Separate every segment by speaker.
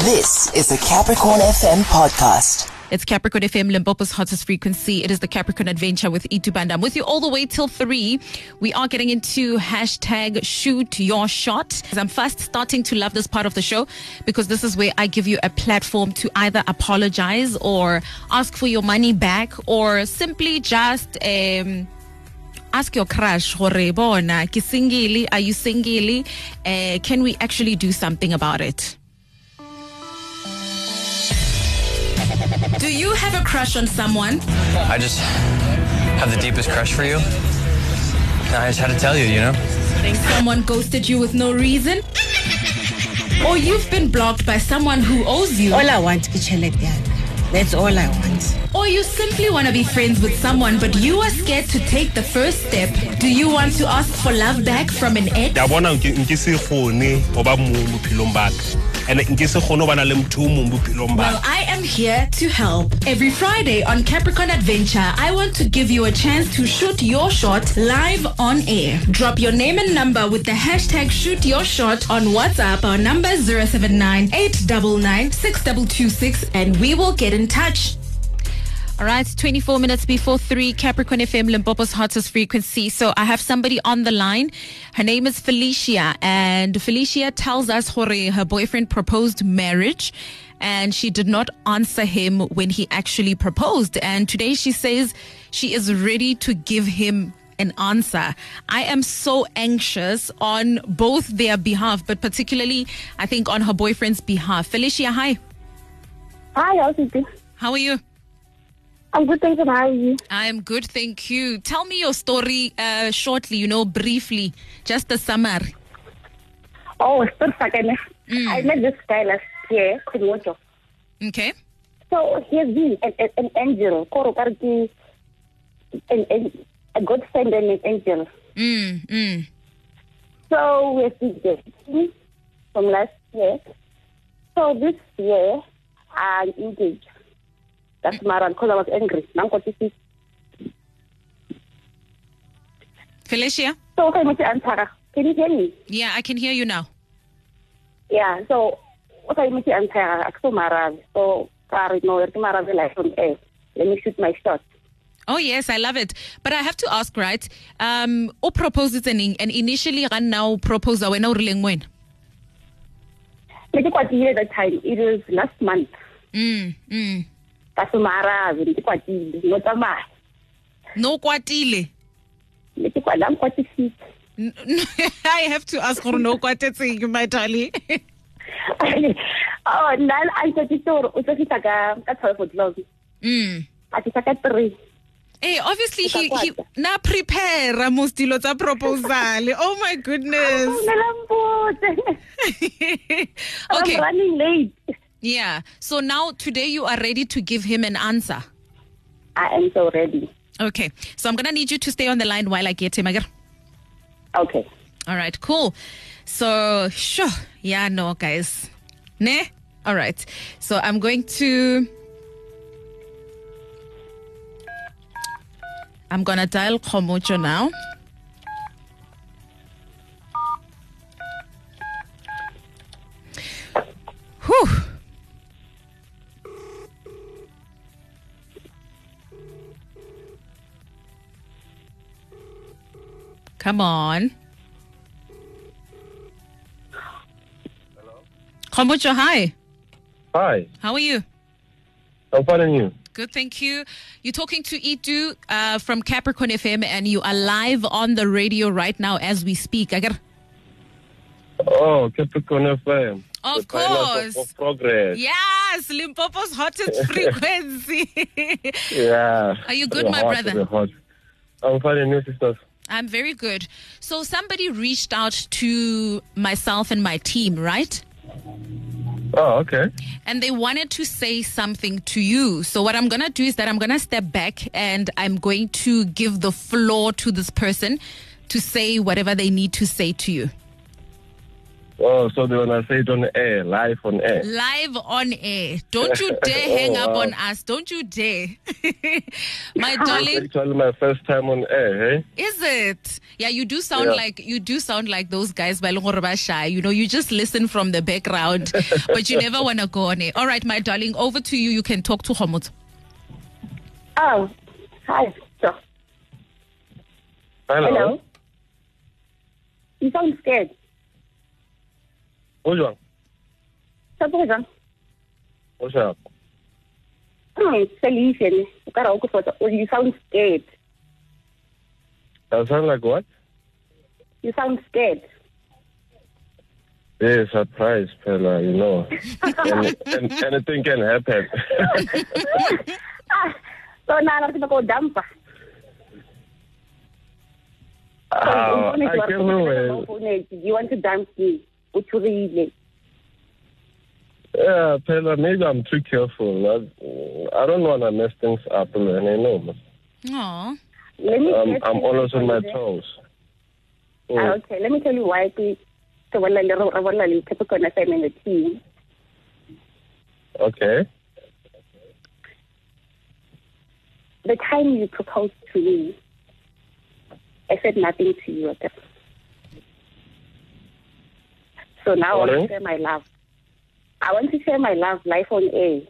Speaker 1: This is the Capricorn FM podcast.
Speaker 2: It's Capricorn FM, Limpopo's hottest frequency. It is the Capricorn Adventure with Itu Banda. I'm with you all the way till three. We are getting into hashtag shoot your shot. I'm fast starting to love this part of the show because this is where I give you a platform to either apologize or ask for your money back or simply just um, ask your crush hore bona ke single are you single uh, can we actually do something about it do you have a crush on someone
Speaker 3: I just have the deepest crush for you. And I just had to tell you, you know?
Speaker 2: think someone ghosted you with no reason or you've been blocked by someone who owes you
Speaker 4: All I want is chelete yaka. That's all I want.
Speaker 2: or you simply want to be friends with someone but you are scared to take the first step do you want to ask for love back from an ex
Speaker 5: ke a bona nke nke se kgone go ba mong bophelong ba ka and nke se kgone go bana le motho o mong bophelong ba
Speaker 2: Well,
Speaker 5: ka
Speaker 2: I am here to help. Every Friday on Capricorn Adventure, I want to give you a chance to shoot your shot live on air. Drop your name and number with the hashtag shoot your shot on WhatsApp. Our number 079 899 6226 and we will get in touch. All right, 24 minutes before 3, Capricorn FM, Limpopo's hottest frequency. So I have somebody on the line. Her name is Felicia, and Felicia tells us Hore, her boyfriend proposed marriage, and she did not answer him when he actually proposed. And today she says she is ready to give him an answer. I am so anxious on both their behalf, but particularly, I think, on her boyfriend's behalf. Felicia, hi.
Speaker 6: Hi, how's it going?
Speaker 2: How are you?
Speaker 6: I'm good, thanks. and How are you?
Speaker 2: I'm good, thank you. Tell me your story uh, shortly, you know, briefly, just the summary.
Speaker 6: Oh, it's good, Sakana.
Speaker 2: Mm.
Speaker 6: I met this guy last year, Kumoto.
Speaker 2: Okay.
Speaker 6: So he has been an, an, an angel, Koro Karki, an, an, a godsend and an er angel.
Speaker 2: Mm, mm.
Speaker 6: So we have been dating from Mm. last year. So this year, I'm engaged. er That's my run, because I was angry. Now I'm going to see.
Speaker 2: Felicia?
Speaker 6: So, okay, Mr. Antara, can you hear me?
Speaker 2: Yeah, I can hear you now.
Speaker 6: Yeah, so what I mean I'm tired, I'm so marav. So sorry, no, I'm marav like from air. Let me shoot my shot.
Speaker 2: Oh, yes, I love it. But I have to ask, right? Um, o proposes and, and initially, right now, propose when o rileng when?
Speaker 6: Like you quite hear that time, it was last month.
Speaker 2: Mm, mm.
Speaker 6: That's marav, and you quite not a man.
Speaker 2: No kwatile.
Speaker 6: Like you quite, I'm quite sick.
Speaker 2: N- I have to ask her no kwatetseng, my darling.
Speaker 6: Oh, now I said it to it's just like a that's how it was.
Speaker 2: mm.
Speaker 6: I just like three.
Speaker 2: Hey, obviously he
Speaker 6: Utakwata.
Speaker 2: he na prepare most dilo tsa proposal. Oh my goodness.
Speaker 6: Oh, I'm
Speaker 2: okay.
Speaker 6: running late.
Speaker 2: Yeah. So now today you are ready to give him an answer.
Speaker 6: I am so ready.
Speaker 2: Okay. So I'm going to need you to stay on the line while I get him. Agar.
Speaker 6: Okay.
Speaker 2: All right. Cool. So, sure. Yeah, no, guys. Ne? All right. So I'm going to. I'm going to dial Komocho now. Whew. Come on. Komocho, hi.
Speaker 7: Hi,
Speaker 2: How are you?
Speaker 7: I'm finding you.
Speaker 2: Good, thank you. You're talking to Itu uh, from Capricorn FM, and you are live on the radio right now as we speak. Agar-
Speaker 7: Oh, Capricorn FM.
Speaker 2: Of
Speaker 7: the pillars
Speaker 2: course.
Speaker 7: Of, of progress.
Speaker 2: Yes, Limpopo's hottest frequency.
Speaker 7: Yeah.
Speaker 2: Are you good,
Speaker 7: You're
Speaker 2: my
Speaker 7: hot,
Speaker 2: brother?
Speaker 7: you're hot. I'm finding you, sisters.
Speaker 2: I'm very good. So somebody reached out to myself and my team, right?
Speaker 7: Oh, okay.
Speaker 2: and they wanted to say something to you. So what I'm going to do is that I'm going to step back and I'm going to give the floor to this person to say whatever they need to say to you.
Speaker 7: Oh, so they wanna say it on air, live on air.
Speaker 2: Live on air. Don't you dare hang up
Speaker 7: Oh,
Speaker 2: on us. Don't you dare. My darling,
Speaker 7: Actually, my first time on air, eh?
Speaker 2: Is it? Yeah, you do sound
Speaker 7: Yeah.
Speaker 2: like you do sound like those guys e by Longorba Shy. You know, you just listen from the background, but you never want to go on it. All right, my darling, over to you. You can talk to Homut.
Speaker 6: Oh, hi. So,
Speaker 7: Hello.
Speaker 6: hello. You sound scared.
Speaker 7: Ujwang,
Speaker 6: Sapoza.
Speaker 7: what's up?
Speaker 6: Hmm, solution. oh, You sound scared.
Speaker 7: I sound like what?
Speaker 6: You sound scared.
Speaker 7: Yeah, surprise, fella, you know. and, and, anything can happen.
Speaker 6: Ah, so now I'm going to go dumper.
Speaker 7: Ah, I can't know.
Speaker 6: You want to dump me? Uchurile.
Speaker 7: Yeah, fella, maybe I'm too careful. I, I don't want to mess things up, man. I know.
Speaker 2: Aw.
Speaker 6: Let me
Speaker 7: I'm,
Speaker 6: get
Speaker 7: I'm
Speaker 6: you
Speaker 7: always on my
Speaker 6: something.
Speaker 7: toes.
Speaker 6: Ah,
Speaker 7: Mm.
Speaker 6: okay, let me tell you why we so well I well I Capricorn FM and the team.
Speaker 7: Okay.
Speaker 6: The time you proposed to me, I said nothing to you. Okay? So now I want
Speaker 7: Sorry?
Speaker 6: to share my love. I want to share my love, life on air.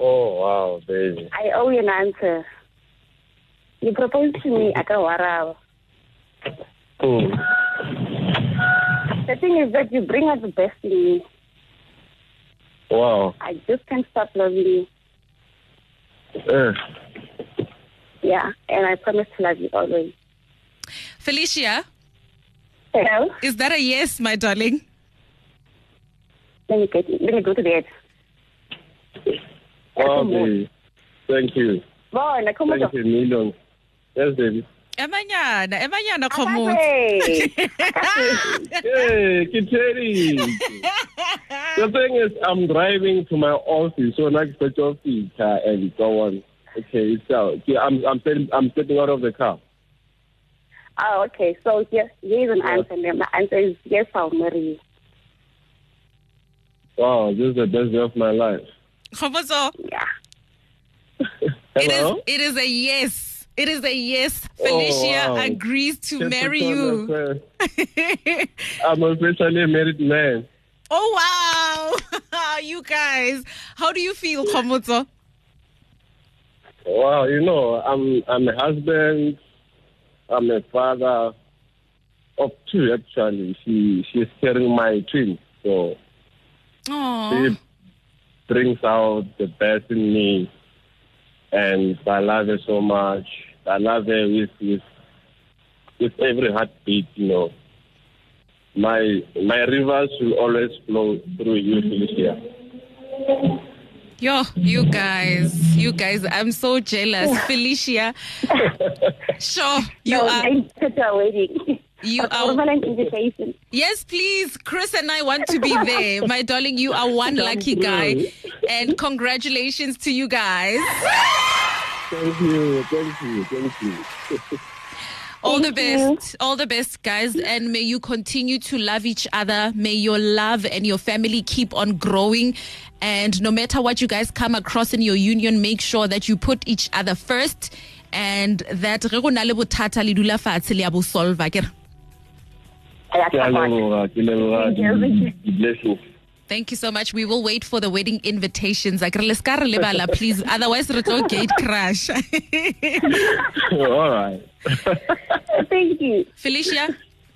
Speaker 7: Oh, wow, baby.
Speaker 6: I owe you an answer. You proposed to me, Akawara.
Speaker 7: Mm.
Speaker 6: The thing is that you bring out the best in me.
Speaker 7: Wow.
Speaker 6: I just can't stop loving you.
Speaker 7: Eh.
Speaker 6: Yeah, and I promise to love you always.
Speaker 2: Felicia,
Speaker 6: Hello?
Speaker 2: is that a yes, my darling?
Speaker 6: Let me get let me go to bed.
Speaker 7: Wow,
Speaker 6: Come on.
Speaker 7: baby. Thank you.
Speaker 6: Bona, come
Speaker 7: Thank
Speaker 6: on.
Speaker 7: you, million. Yes, baby.
Speaker 2: Emanyana, Emanyana Homut.
Speaker 6: Hey.
Speaker 7: Hey, Kiteri. the thing is, I'm driving to my office, so next to the office uh, and so on. Okay, so okay, I'm I'm getting, I'm getting out of the car.
Speaker 6: Oh, okay. So yes, here's an
Speaker 7: Yeah.
Speaker 6: answer. ma'am. The answer is yes, I'll marry you.
Speaker 7: Wow, this is the best day of my life.
Speaker 2: Homuto,
Speaker 6: Yeah.
Speaker 2: it is
Speaker 7: Hello. Oh,
Speaker 2: it is a yes. It is a yes. Felicia
Speaker 7: wow.
Speaker 2: agrees to
Speaker 7: Just
Speaker 2: marry
Speaker 7: because
Speaker 2: you. oh
Speaker 7: I'm officially a married man.
Speaker 2: Oh, wow. you guys. How do you feel, Homuto?
Speaker 7: Wow, you know, I'm I'm a husband, I'm a father of two actually. She she's carrying my twin, so
Speaker 2: Aw.
Speaker 7: she brings out the best in me, and I love her so much. I love her with with with every heartbeat, you know. My my rivers will always flow through you, Felicia.
Speaker 2: Yo, you guys, you guys, I'm so jealous. Felicia, sure, you
Speaker 6: so
Speaker 2: are.
Speaker 6: I'm just waiting.
Speaker 2: You
Speaker 6: a
Speaker 2: are-
Speaker 6: permanent invitation.
Speaker 2: Yes, please. Chris and I want to be there. My darling, you are one lucky guy. And congratulations to you guys.
Speaker 7: Thank you, thank you, thank you.
Speaker 2: All the
Speaker 6: Thank you.
Speaker 2: best. All the best, guys. And may you continue to love each other. May your love and your family keep on growing. And no matter what you guys come across in your union, make sure that you put each other first and that re go na le bothata le dula fatshe le a bo solve-a, ke re?
Speaker 6: I
Speaker 7: Ke a leboga, ke leboga di- di-blessings.
Speaker 2: Thank you so much. We will wait for the wedding invitations. Like, let's go lebala, please. Otherwise, it's all gate crash.
Speaker 7: All right.
Speaker 6: Thank you.
Speaker 2: Felicia. I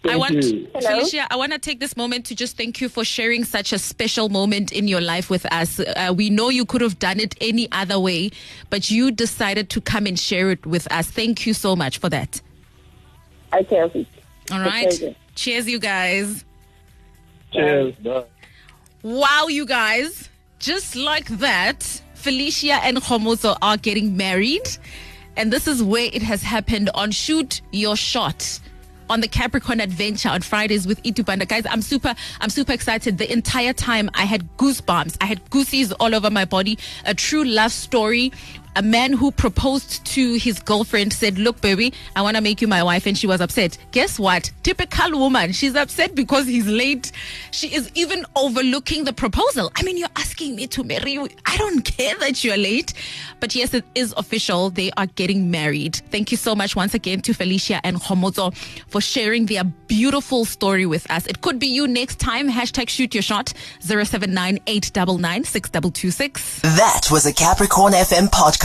Speaker 7: Thank
Speaker 2: want
Speaker 7: you.
Speaker 6: Hello?
Speaker 2: Felicia. I want to take this moment to just thank you for sharing such a special moment in your life with us. Uh, we know you could have done it any other way, but you decided to come and share it with us. Thank you so much for that.
Speaker 6: Okay, okay.
Speaker 2: All
Speaker 6: My
Speaker 2: right.
Speaker 6: pleasure.
Speaker 2: Cheers, you guys.
Speaker 7: Cheers. Bye.
Speaker 2: Wow, you guys. Just like that, Felicia and Homozo are getting married. And this is where it has happened on Shoot Your Shot on the Capricorn Adventure on Fridays with Itu Banda. Guys, I'm super, I'm super excited. The entire time I had goosebumps. I had goosies all over my body. A true love story a man who proposed to his girlfriend said, Look, baby, I want to make you my wife. And she was upset. Guess what? Typical woman. She's upset because he's late. She is even overlooking the proposal. I mean, you're asking me to marry you. I don't care that you're late. But yes, it is official. They are getting married. Thank you so much once again to Felicia and Homozo for sharing their beautiful story with us. It could be you next time. Hashtag shoot your shot 079 899 6226.
Speaker 1: That was a Capricorn FM podcast.